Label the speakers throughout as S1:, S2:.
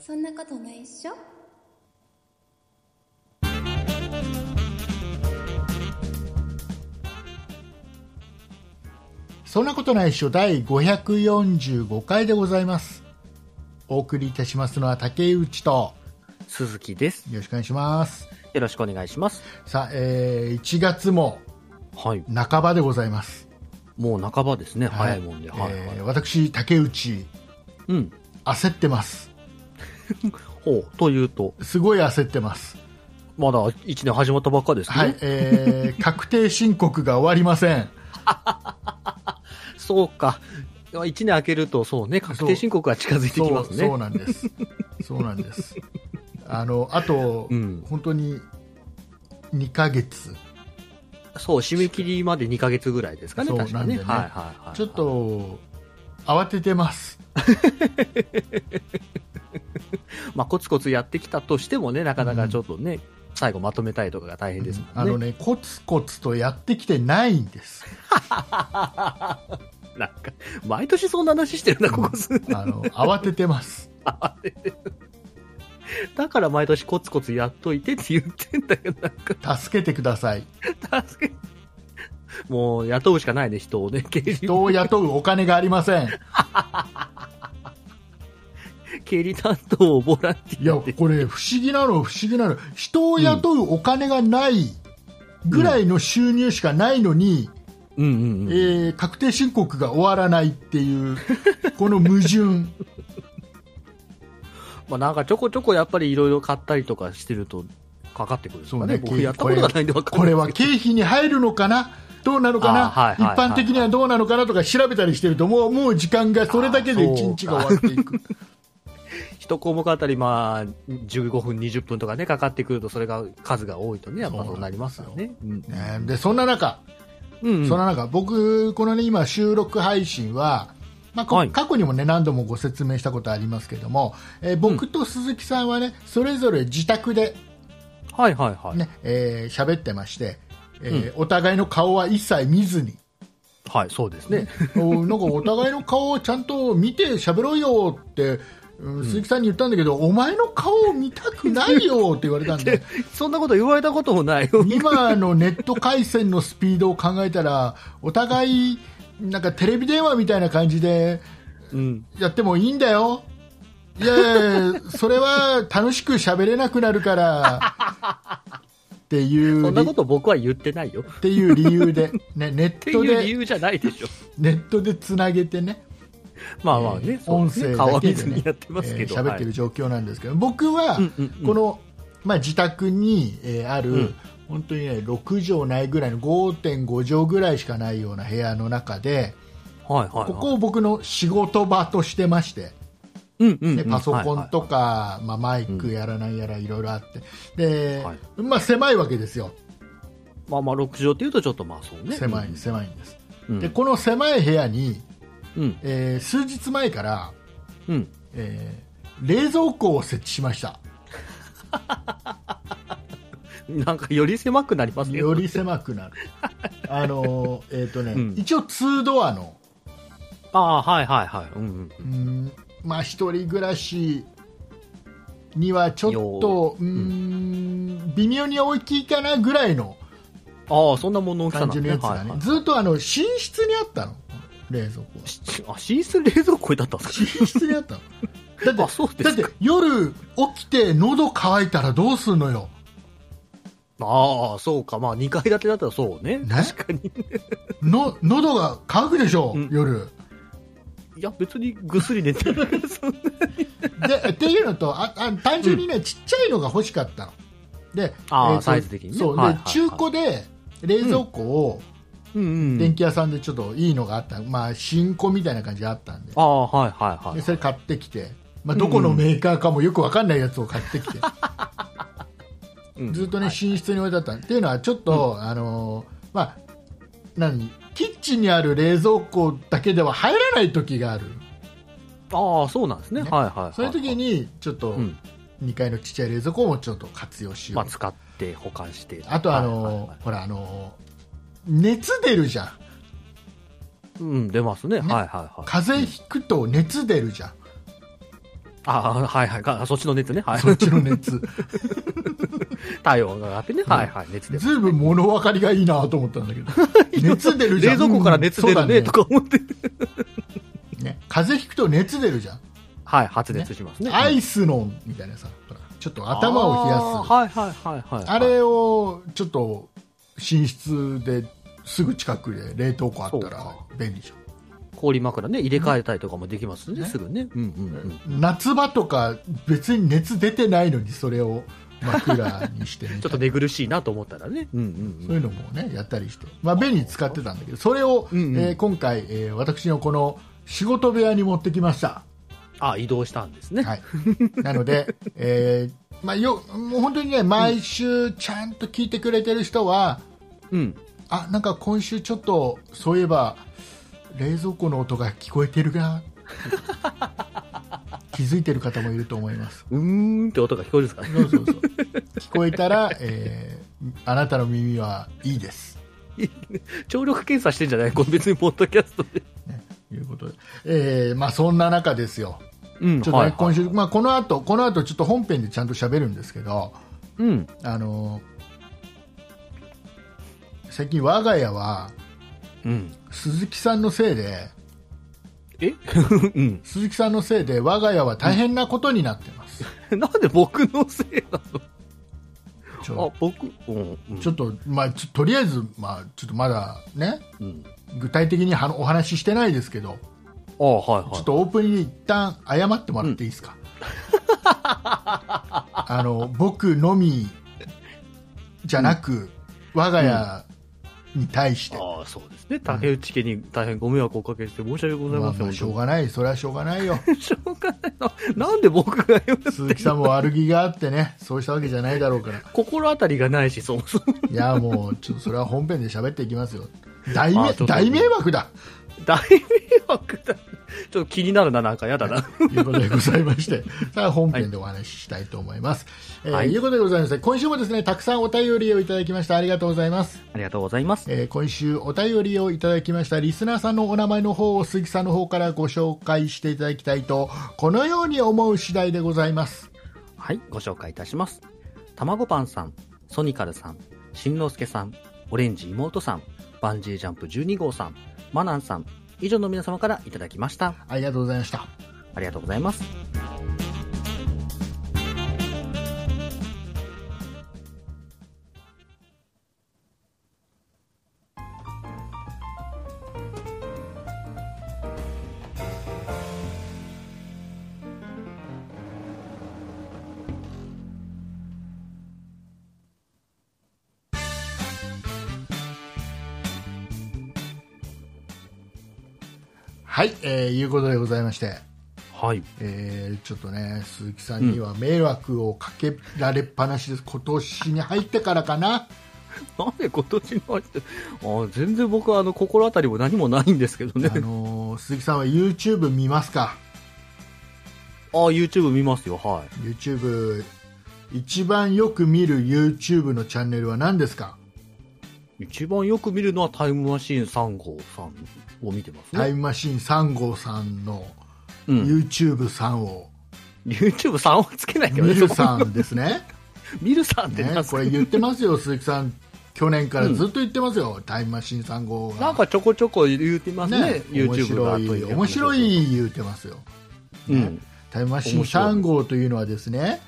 S1: そんなことないっしょ
S2: そんなことないっしょ第545回でございますお送りいたしますのは竹内と
S3: 鈴木です。
S2: よろしくお願いします
S3: よろしくお願いします。
S2: さあ、えー1月も
S3: はい。
S2: 半ばでございます、
S3: もう半ばですね。早いもんで。はい、
S2: え
S3: は
S2: ー
S3: い。
S2: 私竹内
S3: うん。
S2: 焦ってます
S3: ほう。というと、
S2: すごい焦ってます
S3: まだ1年始まったばっかですね。
S2: はい、えー確定申告が終わりません
S3: そうか。1年明けると、そうね、確定申告が近づいてきます
S2: そう
S3: ね。
S2: そうなんです。そうなんです。あのあと、
S3: うん
S2: 本当に2ヶ月、
S3: そう締め切りまで2ヶ月ぐらいですかね、
S2: そう
S3: 確かね。
S2: な
S3: は
S2: んで
S3: い
S2: ね
S3: はいはい。
S2: ちょっ、と慌ててます。
S3: まあ、コツコツやってきたとしてもね、なかなかちょっとね、最後まとめたいとかが大変ですもんね。
S2: あのね、コツコツとやってきてないん です。
S3: なんか、毎年そんな話してるな、ここ数年。
S2: あの慌ててます。
S3: だから毎年コツコツやっといてって言ってんだけど、なんか
S2: 助けてくださ い。
S3: 助けもう雇うしかないね、人をね、経理
S2: 人を雇うお金がありません。
S3: 経理担当をボランテ
S2: いや、
S3: ィアで。
S2: これ不思議なの不思議なの。人を雇うお金がないぐらいの収入しかないのに。
S3: うんうんうん、
S2: えー確定申告が終わらないって いう、この矛盾、
S3: まあ、なんかちょこちょこやっぱりいろいろ買ったりとかしてると、かかってくるんですかね。
S2: そうね
S3: 僕やったことがないんでわかん
S2: こ
S3: ない
S2: れ
S3: です
S2: は
S3: けど。
S2: 経費に入るのかな、どうなのかな、
S3: あはいはいはい
S2: 一般的にはどうなのかなとか調べたりしてると、もうもう時間がそれだけで1日が終わっていく、
S3: 一項目あたり、まあ、15分、20分とかね、かかってくると、それが数が多いとね、やっぱそうなりますよね。うん
S2: ねでそんな中、
S3: うんうん
S2: そんな中僕、この、ね、今、収録配信は、まあこ
S3: はい
S2: 過去にも、ね、何度もご説明したことありますけども、えー僕と鈴木さんは、ね、それぞれ自宅で
S3: はいはいはい。
S2: ねえー喋、ってまして、えーお互いの顔は一切見ずに。
S3: はい、そうですね。
S2: おなんかお互いの顔をちゃんと見て喋ろうよって、うん、鈴木さんに言ったんだけど、お前の顔を見たくないよって言われたん で
S3: そんなこと言われたこともないよ。
S2: 今のネット回線のスピードを考えたらお互いなんかテレビ電話みたいな感じで
S3: うん。
S2: やってもいいんだよいやいやいやそれは楽しく喋れなくなるからっていう
S3: そんな
S2: り
S3: こと僕は言ってないよ。
S2: っていう理由で、ね、ネッ
S3: って
S2: ト
S3: いう理
S2: で
S3: 由じゃないでしょ。
S2: ネットでつなげてね
S3: まあまあね、そう
S2: 音
S3: です
S2: 声
S3: ね
S2: だ
S3: 顔は
S2: け
S3: 見
S2: で
S3: ず
S2: ね
S3: にやってますけど。
S2: えー喋ってる
S3: はい
S2: 状況なんですけど、僕は
S3: うんうんうん
S2: この、まあ、自宅に、えーある、
S3: うん
S2: 本当にね6畳ないぐらいの5.5畳ぐらいしかないような部屋の中で
S3: はいはいはい。
S2: ここを僕の仕事場としてまして、
S3: うんうんう
S2: ね
S3: ん、
S2: パソコンと
S3: は
S2: か、まあ、マイクやらないやらいろいろあってで、
S3: はい
S2: まあ、狭いわけですよ
S3: いはい。まあまあ、6畳っていうとちょっとまあそうね。
S2: 狭い狭いんです、
S3: うん。
S2: でこの狭い部屋に、
S3: うん。
S2: えー数日前から、
S3: うん。
S2: えー冷蔵庫を設置しました
S3: なんかより狭くなりますね。
S2: より狭く なるあのえっ、とね、
S3: うん
S2: 一応2ドアの、
S3: ああ、はいはいはい。うんうん。
S2: うんまあ一人暮らしにはちょっとうーん微妙に大きいかなぐらいの
S3: ああ、そんなもの大きさ
S2: 感
S3: な
S2: じ
S3: ん
S2: の
S3: で
S2: や
S3: す
S2: つだ
S3: ね。
S2: ね、
S3: はいはい。
S2: ずっとあの寝室にあったの冷蔵庫は
S3: しあ、寝室冷蔵庫だったんです
S2: 寝室にあ ったのだって
S3: かあ、そうで
S2: だっ
S3: す
S2: て
S3: か。
S2: 夜起きて喉乾いたらどうすんのよ
S3: ああ、そうか。まあ、2階建てだったらそうね。
S2: ね
S3: 確かに。
S2: の喉が乾くでしょ、
S3: うん
S2: 夜
S3: いや、別にぐっすり寝 てる。そんな
S2: でっていうのとあ あ単純にね、ちっちゃいのが欲しかったので
S3: あー
S2: と
S3: サイズ的にね
S2: そうで、
S3: はいはいはい
S2: 中古で冷蔵庫を
S3: うんうん。
S2: 電気屋さんでちょっといいのがあった、まあ新古みたいな感じがあったんで
S3: ああ、はいはいはい。
S2: でそれ買ってきて、まあ、どこのメーカーかもよくわかんないやつを買ってきて、
S3: うん
S2: ずっとね、
S3: はい
S2: 寝室に置いてあったっていうのはちょっと、あのーまあ何キッチンにある冷蔵庫だけでは入らない時がある
S3: ああ、そうなんですね。
S2: ね
S3: はいはいはい。
S2: そういう時、にちょっと
S3: うん。
S2: 2階のちっちゃい冷蔵庫もちょっと活用しよう
S3: まあ、使って保管して。
S2: あとあの、
S3: はいはいはい
S2: ほらあの熱出るじゃん
S3: うん、出ます
S2: ね
S3: ね。はいはいはい。
S2: 風邪ひくと熱出るじゃん、
S3: ああ、はいはいか。そっちの熱ね。はい。
S2: そ っちの熱。
S3: 体温があってね。はいはい。熱で。
S2: ずいぶん物分かりがいいなと思ったん だけど。熱出るじゃ
S3: 冷
S2: ん。
S3: 蔵庫から熱出
S2: う
S3: る
S2: ん
S3: ね、とか思って。
S2: そうだねね風邪ひくと熱出るじゃん。
S3: はい、発熱しますね。
S2: アイスのみたいなさ、ほらちょっと頭を冷やす。
S3: あ
S2: あ,、
S3: ーはいはいはいはい。
S2: れをちょっと寝室ですぐ近くで冷凍庫あったら
S3: そ
S2: 便利じゃん。
S3: 氷枕ね、入れ替えたりとかもできますね、
S2: ね
S3: すぐね。うんうん
S2: 夏場とか別に熱出てないのにそれを枕にして
S3: う
S2: ね
S3: ん。ちょっと寝苦しいなと思ったらね。うんうん。
S2: そううんいうのもねやったりして、まあ、便利に使ってたんだけどそれを、
S3: うんうん
S2: えー今回、えー私のこの仕事部屋に持ってきま した、
S3: あ、移動したんですね。
S2: はい、なので、えーまあ、よもう本当にね毎週ちゃんと聞いてくれてる人は、
S3: うん。
S2: あなんか今週ちょっとそういえば冷蔵庫の音が聞こえてるな 気づいてる方もいると思います
S3: うーんって音が聞こえるんですかね。
S2: そうそうそう。聞こえたら、えーあなたの耳はいいです。
S3: 聴力検査してんじゃないこれ別にポッドキャストで。
S2: ということで、えーまあそんな中ですよ。
S3: うん
S2: ちょっとね、今週、まあこの後、この後ちょっと本編でちゃんと喋るんですけど、
S3: うん。
S2: あのー最近我が家は
S3: うん。
S2: 鈴木さんのせいで、
S3: え うん。
S2: 鈴木さんのせいで我が家は大変なことになってます。
S3: なんで僕のせいな
S2: ち
S3: の
S2: ょ
S3: あ、僕。うん。うん
S2: ちょっと、まあちょとりあえず、まあちょっとまだね、
S3: うん。
S2: 具体的にはお話ししてないですけど、
S3: あ、はいはい。
S2: ちょっとオープニングに一旦謝ってもらっていいですか、あの僕のみじゃなく、我が家に対して、
S3: ああ、そうですね。竹内家に大変ご迷惑をおかけして申し訳ござい
S2: まあ
S3: ません。
S2: まあしょう
S3: 本
S2: がないそれはしょうがないよ
S3: 当にしょうがないな。なんで僕が言う
S2: 鈴木さんも悪気があってねそうしたわけじゃないだろうから
S3: 心当たりがないし、そもそも。
S2: いやもうちょっとそれは本編で喋っていき ますよ大
S3: あ
S2: 迷
S3: ちょっと
S2: 大迷惑だ
S3: 大迷惑だ。ちょっと気になるな、なんかやだな。
S2: ということでございまして、 さあ本編でお話ししたいと思います。えー
S3: はい
S2: いうことでございまして、今週もですね、たくさんお便りをいただきました。ありがとうございます。
S3: ありがとうございます。
S2: えー今週お便りをいただきましたリスナーさんのお名前の方を鈴木さんの方からご紹介していただきたいとこのように思う次第でございます
S3: はい、ご紹介いたします。たまごパンさん、ソニカルさん、しんのすけさん、オレンジ妹さん、バンジージャンプ12号さん、マナンさん、以上の皆様からいただきました。
S2: ありがとうございました
S3: ありがとうございます。
S2: はい、えーいうことでございまして、
S3: はい。
S2: えーちょっとね鈴木さんには迷惑をかけられっぱなしです、今年に入ってからか な
S3: なんで今年に入って、あー全然僕はあの心当たりも何もないんですけどね。
S2: あのー鈴木さんは YouTube 見ますか
S3: ああ、YouTube 見ますよ、はい。
S2: YouTube 一番よく見る YouTube のチャンネルは何ですか
S3: 一番よく見るのはタイムマシーン3号さんを見てますね。
S2: タイムマシーン3号さんの
S3: うん、
S2: YouTube さんを
S3: YouTube3 をつけないけど
S2: ミル
S3: ね、そこ
S2: さんですね
S3: 見るさんって
S2: ね
S3: なんす
S2: こ
S3: か
S2: れ言ってますよ、鈴木さん、去年から
S3: うん
S2: ずっと言ってますよ、タイムマシーン3号が。
S3: なんかちょこちょこ言ってますね、
S2: ね、面
S3: YouTube が
S2: 白い、面白、い言ってますよ、
S3: う
S2: ね
S3: ん、
S2: タイムマシーン3号というのはですね、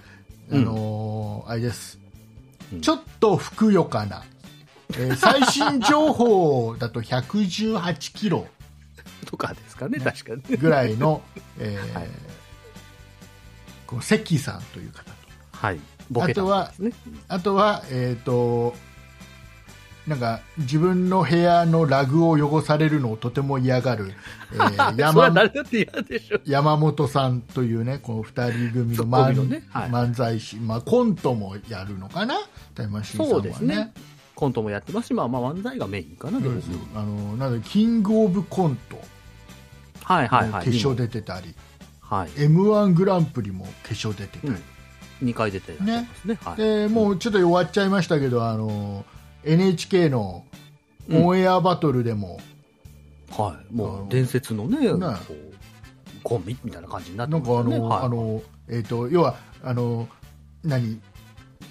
S2: あ
S3: うん
S2: のーあれです、
S3: うん
S2: ちょっとふくよかな、え ー最新情報だと118キロ
S3: とかですかね、確かに。
S2: ぐらい の、えー
S3: はい
S2: この関さんという方と。
S3: はい、ボケたんですね。
S2: あとは、えっ、と、なんか自分の部屋のラグを汚されるのをとても嫌がる、えー
S3: それは
S2: 山
S3: 誰だって嫌でしょ。
S2: 山本さんというね、この二人組の漫,、
S3: ツッコミのねはい
S2: 漫才師、まあ、コントもやるのかな、タイムマシーンさん
S3: そ
S2: は
S3: う
S2: ね。
S3: ですね。コントもやってますし、まあまあ漫才がメインかな、
S2: そう
S3: で
S2: です
S3: も
S2: あのなのでキングオブコント、
S3: はいはいはい。
S2: 決勝出てたり、
S3: はい。
S2: m 1グランプリも決勝出てたり、
S3: うん2回出てらっしゃいますね。はい。
S2: でもうちょっと弱っちゃいましたけど、あの NHK のオンエアバトルでも、
S3: はい、もう伝説のね、
S2: ん
S3: こうコンビみたいな感じになって
S2: なん
S3: ます
S2: かあ
S3: よね
S2: の、
S3: はい
S2: あのえっ、と要はあの何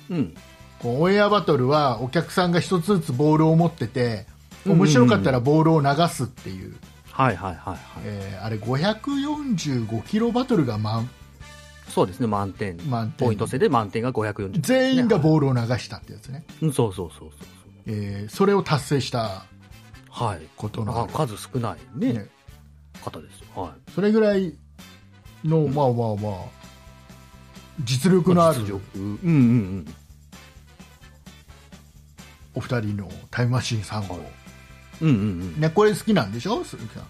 S3: うん、
S2: こうオンエアバトルはお客さんが一つずつボールを持ってて面白かったらボールを流すっていう、
S3: はいはいはいはい、
S2: えーあれ545キロバトルが満
S3: そうですね満点
S2: 満点
S3: ポイント制で満点が540、
S2: 全員が
S3: ー
S2: ボールを流したってやつね、
S3: ル、うんそうそうそうそう
S2: えーそれを達成した
S3: そうはい
S2: こと
S3: な
S2: の
S3: かなか数少ないね
S2: ね
S3: 方ですよはい
S2: それぐらいの、まあまあまあ実力のある
S3: 実力うんうん
S2: お二人のタイムマシーン3号、
S3: うんうんうんうん
S2: ね、これ好きなんでしょ鈴木さん、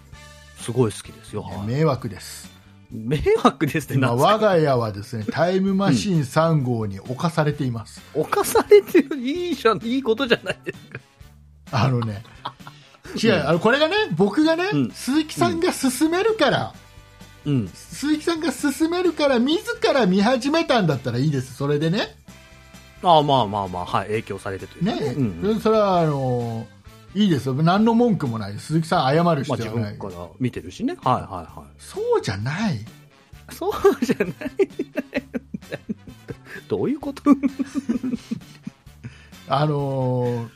S3: すごい好きですよ、はい
S2: ね迷惑です
S3: 迷惑ですね
S2: 今
S3: なんか
S2: 我が家はですねタイムマシーン3号に侵されています、
S3: 犯されてるいいじゃんいいことじゃないですか
S2: あの ね違う、あのこれがね僕がね、
S3: うん
S2: 鈴木さんが進めるから、
S3: うん
S2: 鈴木さんが進めるから自ら見始めたんだったらいいですそれでね
S3: ああまあまあまあはい影響されてというか
S2: ね、
S3: うんうん
S2: そそれはあのいいですよ何の文句もない鈴木さん謝る
S3: まあ、
S2: 必
S3: 自
S2: 要はない、
S3: 分から見てるしねはいはいは
S2: そうじゃない
S3: いそうじゃないどういうこと
S2: あの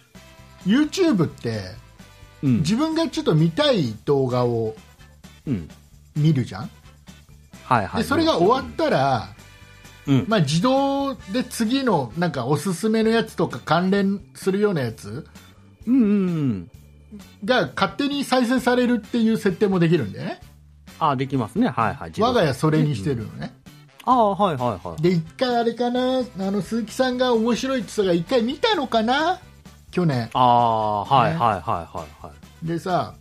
S2: YouTube って
S3: うん、
S2: 自分がちょっと見たい動画を
S3: うん、
S2: 見るじゃん、
S3: はいはい
S2: でそれが終わったら、
S3: うん
S2: まあ、自動で次のなんかおすすめのやつとか関連するようなやつ
S3: うんうんうん
S2: が勝手に再生されるっていう設定もできるんでね
S3: ああできますねはいはい自動
S2: 我が家それにしてるのね、
S3: ああはいはいはい
S2: で一回あれかなあの鈴木さんが面白いって言ったから一回見たのかな去年
S3: ああはい
S2: ね
S3: はいはいはいはい
S2: でさ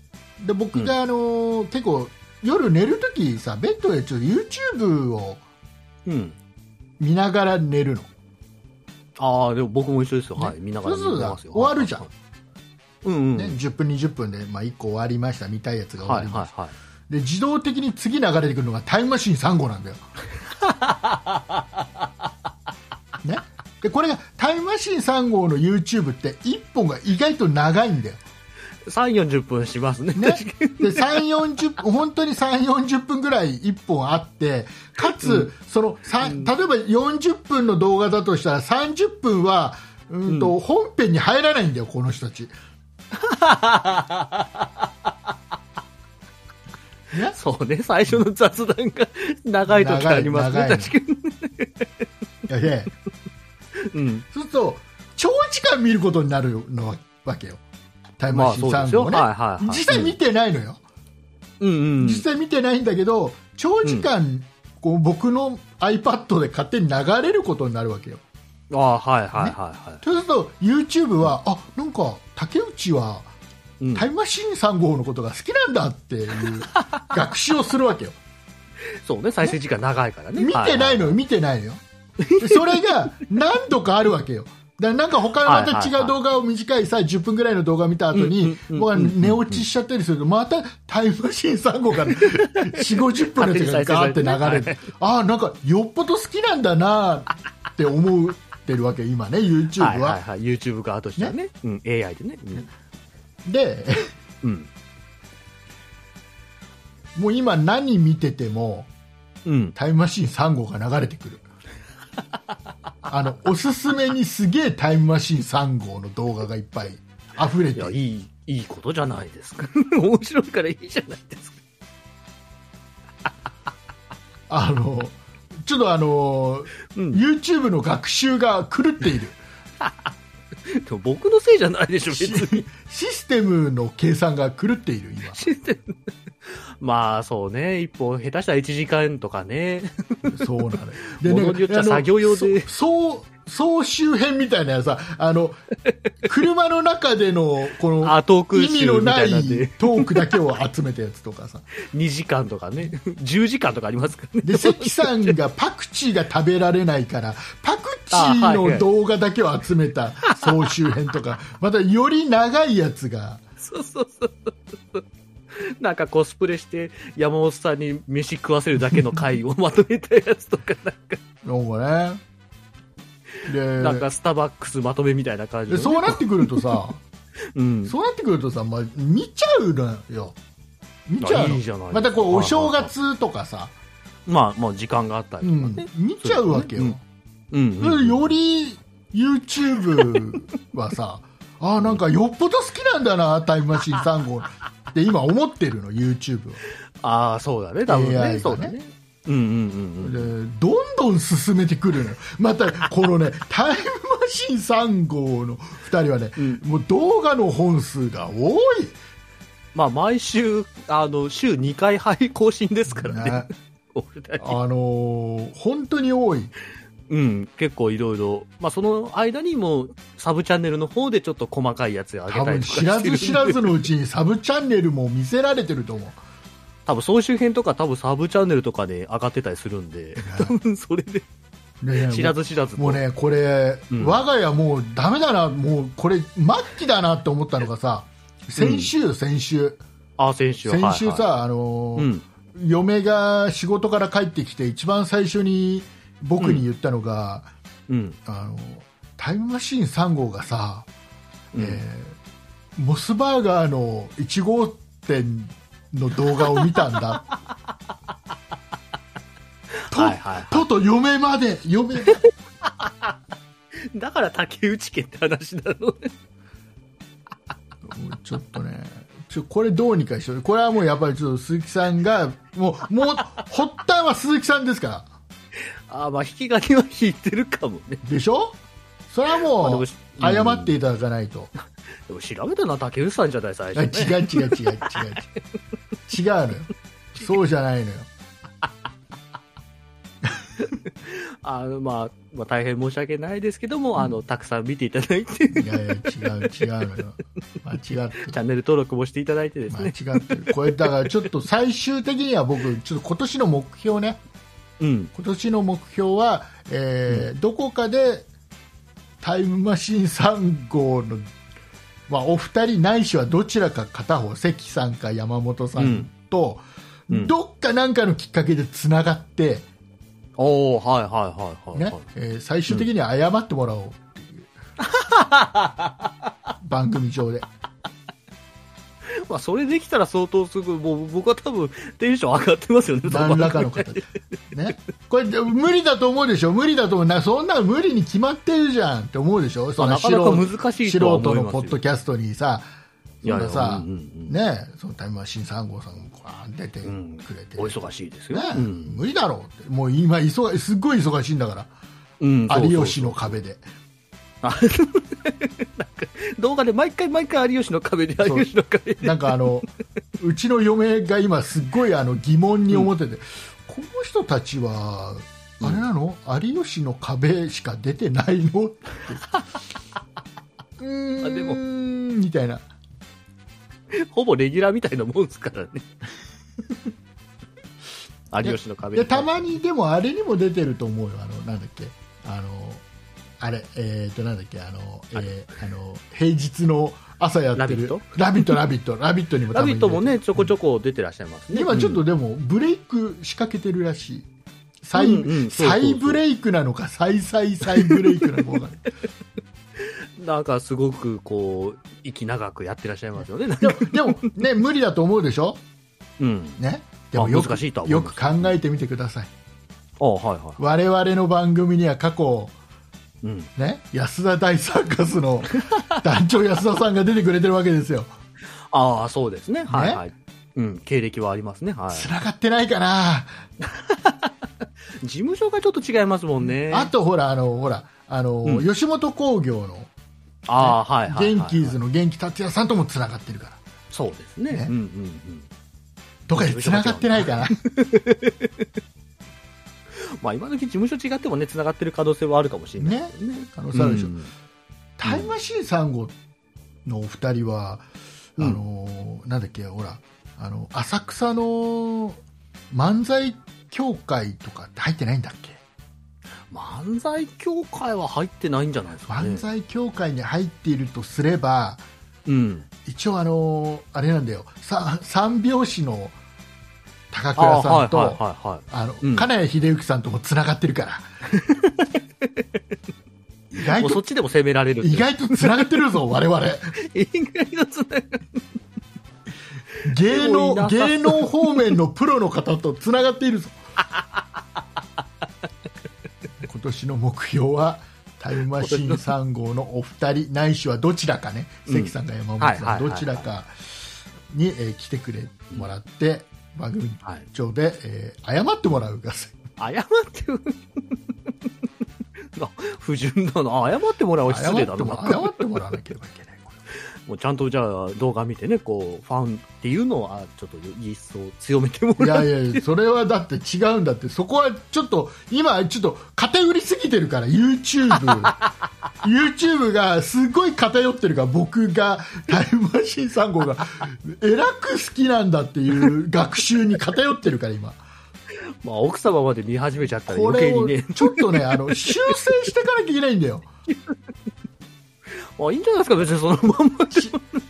S2: で僕があのー結構夜寝るときさベッドでちょっと YouTube を
S3: うん
S2: 見ながら寝るの
S3: ああでも僕も一緒ですよ、
S2: ね
S3: はい見ながら見て
S2: そうそう
S3: ますよ
S2: 終わるじゃん
S3: はいはいはいうんうん、
S2: ね、10分、20分で、まあ、1個終わりました、見たいやつが終わ
S3: はい
S2: りました、
S3: はいはい
S2: で自動的に次流れてくるのがタイムマシーン3号なん だよ。ね、でこれがタイムマシーン3号の YouTube って1本が意外と長いんだよ。
S3: 3、40分しますね。
S2: ね、で3 40本当に3、40分ぐらい1本あってかつ、そのさ例えば40分の動画だとしたら30分はうんと、本編に入らないんだよ、この人たち。ね、
S3: そうね、最初の雑談が長い時ありますね、
S2: 長い
S3: 確か
S2: いやね
S3: に。うん。
S2: そうすると長時間見ることになるのわけよ。タイム
S3: ま
S2: マ
S3: あ
S2: シーン
S3: そうで
S2: 3
S3: すよ。
S2: 号
S3: は
S2: ね、
S3: いはいはい。
S2: 実際見てないのよ、
S3: うんうん。
S2: 実際見てないんだけど長時間、こう僕の iPad で勝手に流れることになるわけよ
S3: ああ、はいはいはいは。
S2: そうすると YouTube はあなんか竹内はい
S3: うん
S2: タイムマシーン3号のことが好きなんだっていう学習をするわけよ
S3: そうね、再生時間長いからね。
S2: 見てないのよ見てないのよでそれが何度かあるわけよだからなんか他のまた違う動画を短いさ10分ぐらいの動画見た後に
S3: うんうん
S2: 僕は
S3: うんうんうん
S2: 寝落ちしちゃったりするとまたタイムマシーン3号から4 5 0分のやつがガーって流れるああなんかよっぽど好きなんだなって思ってるわけ今ね YouTube は,、
S3: はいはいはい。YouTube 側としてはね。うん、AI でね。うん
S2: で
S3: うん。
S2: もう今何見てても
S3: うん。
S2: タイムマシーン3号が流れてくる あのおすすめにすげえタイムマシーン3号の動画がいっぱい溢れ
S3: い
S2: て
S3: や、
S2: る
S3: いい、いいことじゃないですか。 面白いからいいじゃないですか。
S2: あのちょっとあの、
S3: うん。
S2: YouTube の学習が狂っている
S3: でも僕のせいじゃないでしょ、 別に。
S2: システムの計算が狂っている
S3: まあ、そうね。一歩、下手したら1時間とかね。
S2: 今そうなのよ
S3: 物によっちゃ作業用で
S2: あのそそう総集編みたいなやつさあの車の中でのこの
S3: あトーク
S2: 意味
S3: 集
S2: の
S3: み
S2: な
S3: た
S2: い
S3: いなんで、
S2: トークだけを集めたやつとかさ
S3: 2時間とかね、10時間とかありますからね。
S2: で関さんがパクチーが食べられないからパクチーの動画だけを集めた総集編とか、 またより長いやつが
S3: そうそうそうそう。なんかコスプレして山本さんに飯食わせるだけの回を まとめたやつとか、
S2: なんかねで
S3: なんかスタバックスまとめみたいな感じ
S2: で
S3: の、
S2: そうなってくるとさ
S3: うん、
S2: そうなってくるとさ、まあ、見ちゃうのよ見ちゃうの
S3: いいじゃないです
S2: ま
S3: か
S2: たこうお正月とかさ、
S3: まあ、もう時間があった
S2: う
S3: りとか
S2: ん
S3: ね。、
S2: 見ちゃうわけよ、
S3: うん。うん
S2: それより YouTube はさあーなんかよっぽど好きなんだなタイムマシーン3号って今思ってるの YouTube は
S3: ああ、そうだね、多分
S2: AI が
S3: ね。
S2: ね
S3: そうだね。うんうんうんうん。
S2: でどんどん進めてくるのよまたこの ねタイムマシーン3号の2人はね、
S3: うん
S2: もう動画の本数が多い
S3: まあ、毎週、あの、週2回配更新ですからね。
S2: ね
S3: 俺たち
S2: あのー本当に多い
S3: うん、結構いろいろ。まあ、その間にも、サブチャンネルの方でちょっと細かいやつ上げ
S2: 多
S3: たり
S2: 分
S3: とかして
S2: 知
S3: る
S2: ら
S3: んで
S2: ず知らずのうちにサブチャンネルも見せられてると思う
S3: 多分総集編とか多分サブチャンネルとかで上がってたりするんで、多分それで
S2: ね
S3: 知らず知らずと
S2: もうねこれ、
S3: うん
S2: 我が家もうダメだなもうこれ末期だなと思ったのがさ先週、先週
S3: あ、先週は。
S2: 先週さ、
S3: はい
S2: あの
S3: は
S2: ー
S3: い、うん。
S2: 嫁が仕事から帰ってきて一番最初に僕に言ったのが、
S3: うん。
S2: あのタイムマシーン3号がさ、
S3: うん
S2: えーモスバーガーの1号店の動画を見たん だと,、
S3: はいはいはい
S2: とうとう嫁まで嫁まで
S3: だから竹内家って話なのね。
S2: もうちょっとね、ちょこれどうにかしよう。これはもうやっぱりちょっと鈴木さんが、もう、もう、発端は鈴木さんですから。
S3: あまあ、引き金は引いてるかもね。
S2: でしょそれは
S3: まあで
S2: も
S3: も
S2: う、謝っていただかないと。
S3: でも調べたのは竹内さんじゃない、最
S2: あ違
S3: 初、ね。
S2: う違う違う違う違う。違うのよ。そうじゃないのよ。
S3: あの、まあ、まあ、大変申し訳ないですけども、あの、たくさん見ていただいて、 チ
S2: いやいや、違う違うのよ。間違ってる。
S3: ャンネル登録もしていただいてです
S2: 間
S3: ね。
S2: 違ってる。これだからちょっと最終的には僕、ちょっと今年の目標ね。
S3: うん。
S2: 今年の目標は、えーどこかでタイムマシーン3号の、まあ、お二人ないしはどちらか片方関さんか山本さんと、
S3: うんうん
S2: どっかなんかのきっかけでつながって、
S3: おおはいはいはいはい、
S2: ね
S3: はい。
S2: えー最終的には謝ってもらおうって いう、番組上で
S3: まあ、それできたら相当すぐ、もう僕は多分テンション上がってますよね、
S2: 何らかの形で、ね、これで無理だと思うでしょ無理だと思うなそんなの無理に決まってるじゃんって思うでしょそ
S3: まあ
S2: んな
S3: なかなか難しい
S2: 素
S3: とは
S2: 人
S3: 思
S2: の
S3: います
S2: ポ
S3: よ
S2: ッドキャストにさ、
S3: いやい
S2: そ
S3: や
S2: んなさ、
S3: うんうんうん
S2: ねえ、そのタイムマシーン3号さんもこう出て
S3: うん
S2: くれて、
S3: お忙しいですよ。
S2: ねえ
S3: うん。
S2: 無理だろうって、もう今忙、すっごい忙しいんだか
S3: うん
S2: ら、有吉
S3: の。
S2: の壁で、
S3: 動画で毎回毎回有吉の壁で、
S2: そう
S3: 有吉の壁で。
S2: なんかあのうちの嫁が今、すっごいあの疑問に思ってて、この人たちは、あれなの、有吉の壁しか出てない のって、う
S3: あで
S2: ー
S3: も
S2: ん、みたいな。
S3: ほぼレギュラーみたいなもんですか らね。有吉の壁
S2: でたまにでもあれにも出てると思うよあのなんだっけあのあれえっ、となんだっけあの,、えーあの平日の朝やってる「ラビット!」「ラビット!」「ラビット!」にもた
S3: ラ
S2: まに出て
S3: ビット
S2: る
S3: もね、ちょこちょこ出てらっしゃいますね。
S2: 今ちょっ
S3: う
S2: と
S3: ん
S2: でもブレイク仕掛けてるらしい再,、
S3: うんうんそうそうそう
S2: 再ブレイクなのか再再再ブレイクなのか分かんな い
S3: なんかすごくこう、息長くやってらっしゃいますよね。
S2: でもね無理だと思うでしょ
S3: うん。
S2: ねでもよ
S3: あ難
S2: く
S3: しいとは思い
S2: よ
S3: ま
S2: く
S3: す
S2: 考えてみてください
S3: あはいは
S2: 我々の番組には過去
S3: い。うん。
S2: ね、安田大サーカス の団長安田さんが出てくれてるわけですよ、
S3: ああ、そうですね。はいはい。うん、経歴はありますね。は
S2: つながってないかな、
S3: い。事務所がちょっと違いますもんね。
S2: あとほら、あのほらあの、
S3: うん
S2: 吉本興業の
S3: ああ、はいはいはいはい。
S2: ゲンキーズの元気達也さんともつながってるから、
S3: そうですね。
S2: ね
S3: うんうんうん。
S2: とかでつながってないかな、
S3: まあ今時事務所違ってもね、繋がってる可能性はあるかもしれない。
S2: ね、可能性あるでしょ、
S3: うん
S2: タイムマシーン3号のお二人は、
S3: うん
S2: あのなんだっけ、ほら、あの浅草の漫才協会とかって入ってないんだっけ、
S3: 漫才協会は入ってないんじゃないですかね。
S2: 漫才協会に入っているとすれば、
S3: うん。
S2: 一応あのーあれなんだよさ三拍子の高倉さん
S3: あはい
S2: と
S3: はいはいはい。
S2: あの
S3: うん
S2: 金谷秀幸さんともつながってるから 意外
S3: もうそ
S2: と
S3: っちでも攻められるっていう
S2: 意外とつながってるぞ我々
S3: 意外とつながる
S2: 芸
S3: もいな
S2: 能
S3: さそう
S2: 芸能方面のプロの方とつながってい るぞ今年の目標はタイムマシーン3号のお二人ないしはどちらかね、
S3: うん
S2: 関さんが山本さ
S3: はいはいは
S2: ん
S3: いはい
S2: どちらかに、えー来てくれもらって番組
S3: はい。
S2: 長で、えー謝ってもらうが
S3: 謝っても、な不純だな。謝ってもらうは
S2: 謝
S3: 失
S2: っ
S3: 礼
S2: て
S3: だな。
S2: も謝ってもらわなければいけないこ
S3: もうちゃんとじゃあ動画見てね、こう、ファンっていうのは、ちょっと一層強めても
S2: れい
S3: ら
S2: や
S3: う。
S2: いやいやそれはだって違うんだってそこはちょっと今ちょっと偏りすぎてるから YouTube YouTube がすごい偏ってるから僕がタイムマシーン3号がえらく好きなんだっていう学習に偏ってるから今
S3: まあ奥様まで見始めちゃったら
S2: こ
S3: 余計
S2: れ
S3: に
S2: を
S3: ね。
S2: ちょっとねあの修正していかなきゃいけないんだ よ
S3: まあいいんじゃないですか、別にそのまんまで。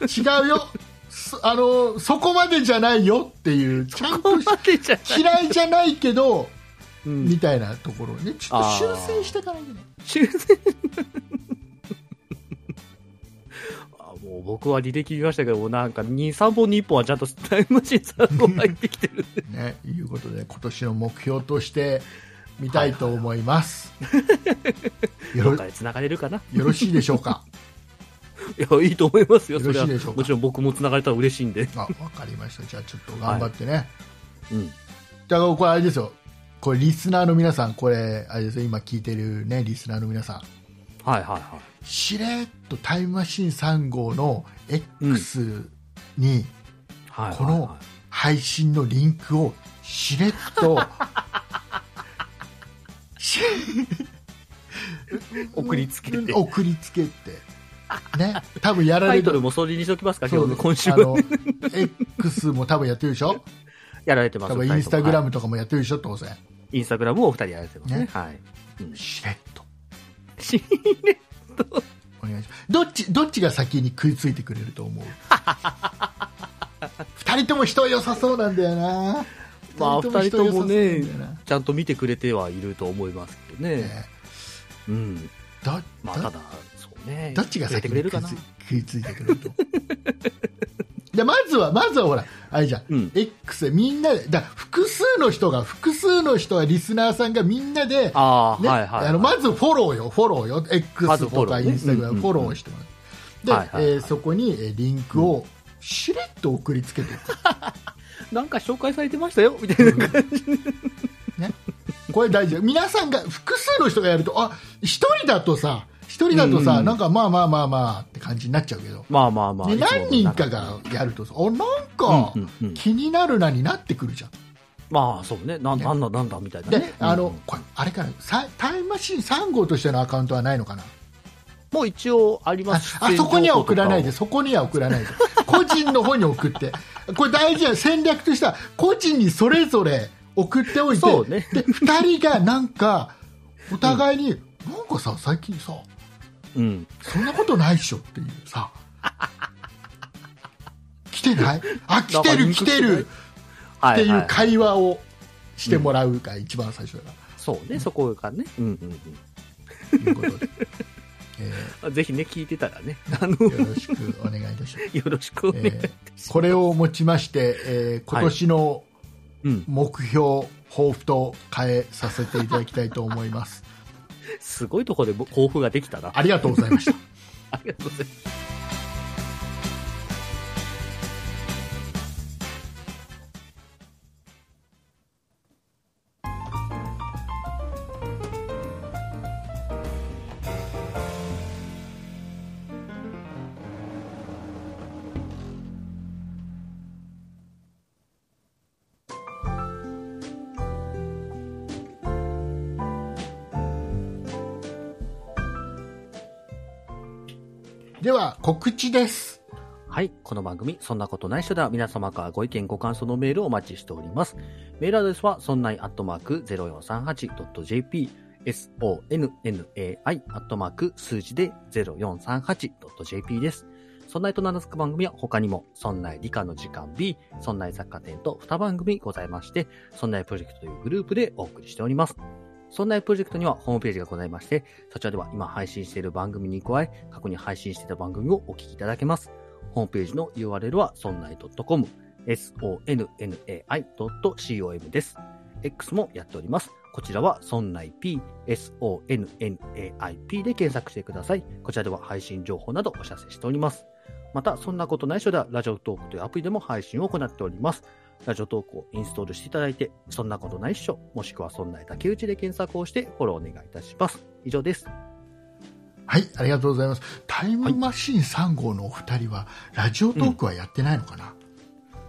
S2: 違うよそあのそこまでじゃないよっていうちゃんと
S3: 待ってちゃう。
S2: 嫌いじゃないけど
S3: うん
S2: みたいなところをねちょっと修正していかなきゃいけない
S3: 修正あもう僕は履歴見ましたけどもなんか23本に1本はちゃんとタイムマシンさんが入ってきてる
S2: ね、 いうことで今年の目標として見たいと思います。
S3: どっ
S2: よ
S3: か
S2: ろ
S3: で繋がれるかな
S2: よろしいでしょうか。
S3: いやいいと思いますよ
S2: よ
S3: そ
S2: ろ
S3: れ
S2: し
S3: はい
S2: でしょうか
S3: もちろん僕も繋がれたら嬉しいんで、
S2: あ、わかりました。じゃあちょっと頑張ってね。
S3: うん、
S2: だからこれあれですよ。これリスナーの皆さん、これあれですよ。今聞いてるねリスナーの皆さん、
S3: はいはいは
S2: しれっとタイムマシーン3号の X に
S3: いはいはいはい
S2: この配信のリンクをしれっとし
S3: 送りつけて
S2: 送りつけてね多分やら
S3: タ
S2: れ
S3: イ
S2: て
S3: ト
S2: る
S3: ルもそれにしておきますか
S2: そ
S3: 今
S2: う
S3: 日
S2: で
S3: の
S2: す
S3: 今週
S2: あ
S3: は
S2: の X も多分やってるでしょ
S3: やられて ます
S2: 多分
S3: よタ
S2: イン
S3: イ
S2: ス
S3: トル
S2: タグラ
S3: はい
S2: ムとかもやってるでしょ当然
S3: インスタグラムをお二人やられてますね
S2: ね
S3: はい、 うん、
S2: しれっと
S3: し
S2: お願いしますどっちどっちが先に食いついてくれると思う 二人とも人良さそうなんだよな
S3: まあ
S2: 良さそうなんだよな
S3: ちゃんと見てくれてはいると思いますけどね
S2: ね
S3: うん
S2: ど
S3: まあ
S2: ど
S3: ただそうね
S2: どっちが
S3: やっ
S2: 先
S3: てく
S2: に
S3: れる
S2: 食
S3: か
S2: い
S3: な
S2: つ食いついてくれると でまずはまずはほらあれじゃん、
S3: うん
S2: X でみんなでだ複数の人が複数の人がリスナーさんがみんなで
S3: ああ、
S2: ね
S3: はいはいはい。
S2: あのまずフォローよ、フォローよ、
S3: まず
S2: X
S3: フォ
S2: と
S3: ロ
S2: か
S3: ー
S2: イ
S3: ね
S2: ンスタグラム
S3: うん
S2: フォローしても
S3: は
S2: ら
S3: い
S2: って、
S3: はいはい
S2: でえーそこにえーリンクをしれっと送りつけてお
S3: なんか紹介されてましたよ、みたいな感じ。
S2: く、ね、 これ大事、皆さんが複数の人がやると、あ一人だとさ、一人だとさ、
S3: うん
S2: なんかまあまあまあまあって感じになっちゃうけど、
S3: まあまあまあ。
S2: で
S3: いつもの
S2: 何人かがやるとさ、おなんか
S3: うんうんうん
S2: 気になるなになってくるじゃん。
S3: まあそうね。な、なんだなんだみたいな
S2: で、
S3: ね。
S2: あ
S3: う
S2: の
S3: ん
S2: これあれかな、さタイムマシーン3号としてのアカウントはないのかな。
S3: もう一応ありま
S2: あ
S3: す。
S2: あそこには送らないで、そこには送 らないで、個人の方に送って、これ大事な戦略としては、個人にそれぞれ送っておいて、
S3: そうね
S2: で2人がなんか、お互いに、なんかさ、最近さ、
S3: うん。
S2: そんなことないっしょっていうさ、来てないあ、来て
S3: なん
S2: る、
S3: か
S2: 来てるっ
S3: は
S2: て
S3: い
S2: い
S3: は
S2: う
S3: い。
S2: 会話をしてもらうが一番最初だな
S3: そうね、そこがね。うんうん
S2: ということで、え
S3: うん。ぜひね、聞いてたらね、あの、
S2: ーよろしくお 願いいたします。
S3: よろしくお願いいたします。
S2: これをもちまして、えー今年の、
S3: うん。
S2: 目標抱負と変えさせていただきたいと思います
S3: すごいところで抱負ができたな。
S2: ありがとうございました
S3: ありがとうございます。
S2: では告知です
S3: はい。この番組、そんなことない人では皆様からご意見、ご感想のメールをお待ちしております。メールアドレスは、そんないアットマーク 0438.jp、sonnai アットマーク数字で 0438.jp です。そんないと名の付く番組は他にも、そんない理科の時間 B、そんない雑貨店と2番組ございまして、そんないプロジェクトというグループでお送りしております。そんないプロジェクトにはホームページがございまして、そちらでは今配信している番組に加え、過去に配信していた番組をお聞きいただけます。ホームページの URL は sonnai.com、 sonnai.com です。X もやっております。こちらは、そんない P、sonnaip で検索してください。こちらでは配信情報などお知らせしております。また、そんなことないっしょでは、ラジオトークというアプリでも配信を行っております。ラジオトークをインストールしていただいて、そんなことないっしょ、もしくはそんない竹内で検索をしてフォローお願いいたします。以上です。
S2: はい、ありがとうございます。タイムマシーン3号のお二人は、ラジオトークはやってないのかな、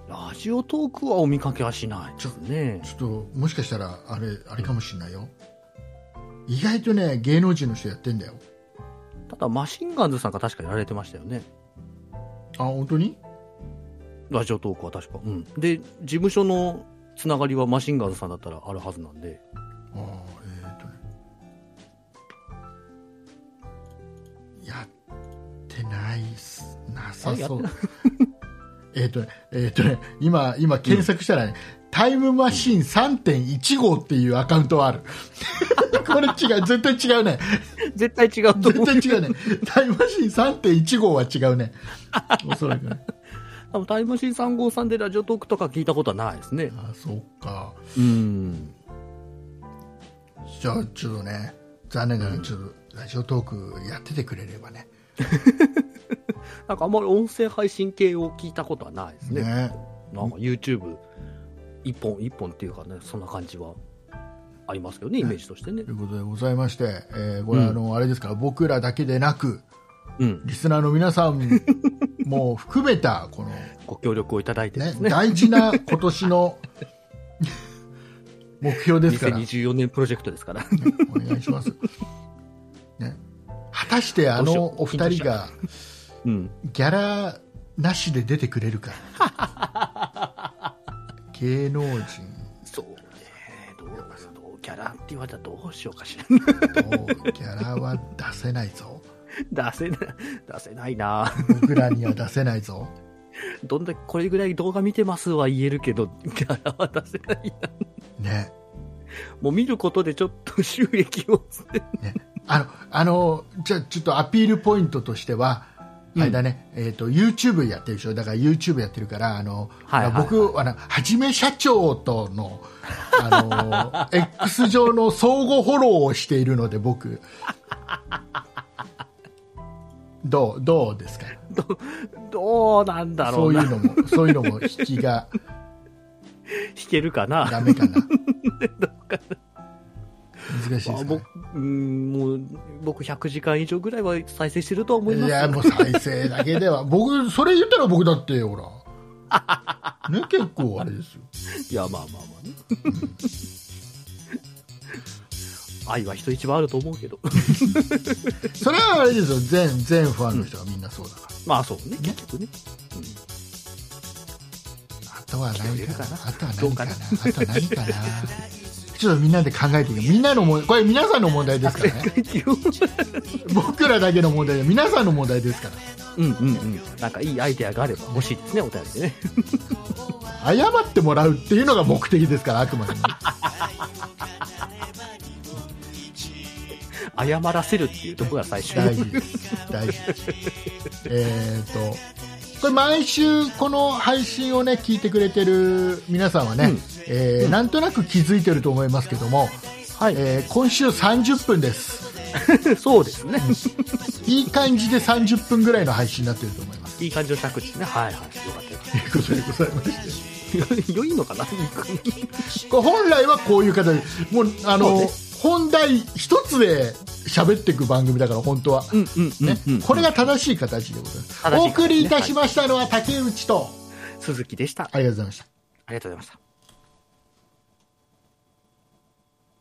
S3: ラジオトークはお見かけはしないですね。
S2: ちょっと、もしかしたら、あれ、あれかもしれないよ。意外とね、芸能人の人やってんだよ。
S3: ただ、マシンガンズさんが確かやられてましたよね。
S2: あ、本当に
S3: ラジオトークは確か。うん。で、事務所のつながりはマシンガンズさんだったらあるはずなんで。
S2: あーえーとね。やってないっす。なさそう。 えーとね、えーとね、今、今検索したらね、タイムマシーン3.1号っていうアカウントはある。 これ違う、絶対違うね。
S3: 絶対違うと思
S2: 絶
S3: う。
S2: 対違うね。タイムマシーン3.1号は違うね。おそらくね。
S3: 多分タイムマシーン3号さんでラジオトークとか聞いたことはないですね。
S2: あ、そうか。
S3: うん。
S2: じゃあ、ちょっとね、残念ながら、ちょっと、ラジオトークやっててくれればね。
S3: なんかあんまり音声配信系を聞いたことはないですね。
S2: ね
S3: なんか YouTube 一本一本っていうかね、そんな感じはありますけどね、イメージとしてね
S2: とい。うことでございまして、えーこれはあの、あれですから僕らだけでなく
S3: うん。
S2: リスナーの皆さんも含めたこの、ね
S3: ご協力をいただいて ですね。
S2: 大事な今年 の目標ですから、
S3: 2024年プロジェクトですから。
S2: お願いします、ね、果たしてあ
S3: どうし
S2: の
S3: よう
S2: お二人が
S3: うん。
S2: ギャラなしで出てくれる か芸能人
S3: そうね。どうどうキャラって言われたらどうしようかしら。
S2: とギャラは出せないぞ
S3: 出せない、出せないな
S2: 僕らには出せないぞ
S3: どんだけこれぐらい動画見てますは言えるけど、 ギャラは出せないな。
S2: ね
S3: もう見ることでちょっと収益を。
S2: あの、あの、じゃあちょっとアピールポイントとしては、
S3: うん
S2: あれだね、えっ、と、YouTube やってるでしょ。だから YouTube やってるから、あの、
S3: はいはいはい
S2: 僕、あの、はじめ社長との、あ の、X 上の相互フォローをしているので、僕。どう、どうですか
S3: どうなんだろ
S2: そううい
S3: な。
S2: うのも、そういうのも引きが
S3: 弾けるかな。
S2: ダメか な。難しいで
S3: まあ
S2: すか、
S3: 僕
S2: ね、
S3: うんもう僕100時間以上ぐらいは再生してると思いま
S2: い
S3: す
S2: や、もう再生だけでは、 僕、それ言ったら僕だって、ほ ら。ね、結構あれですよ。
S3: いやまあまあまあね 愛は人一倍あると思うけど
S2: それはあれですよ全 全ファンの人はみんなそうだから、
S3: まあそうね結局ね、うん
S2: あとは何
S3: 聞いてくれ
S2: か
S3: る
S2: な
S3: かな
S2: あとは
S3: ど
S2: 何
S3: う
S2: か
S3: か
S2: な
S3: な
S2: あとは何かなちょっとみんなで考えていくみんなのもこれ皆さんの問題です からね僕らだけの問題で皆さんの問題ですから
S3: うんうんうんなんかいいアイデアがあれば欲しいですねお便り でね
S2: 謝ってもらうっていうのが目的ですからあくまでも
S3: 謝らせるっていうところが最終
S2: 大事です大事ですえっとこれ毎週この配信をね聞いてくれてる皆さんはね、
S3: うん
S2: えーなんとなく気づいてると思いますけども、
S3: はい、
S2: えー今週30分です
S3: そうですね
S2: いい感じで30分ぐらいの配信になってると思います。
S3: いい感じの着地ねはいはいよかった
S2: ということでございまして、
S3: よ 良いのかな
S2: これ本来はこういう形で、もうあの、
S3: そうね
S2: 本題一つで喋っていく番組だから、本当は。
S3: うんうんうん、
S2: ね
S3: うん、
S2: これが正しい形でございます。
S3: 正しい形ね
S2: お送りいたしましたのは竹内と、
S3: 鈴木でした
S2: ありがとうございました。
S3: ありがとうございました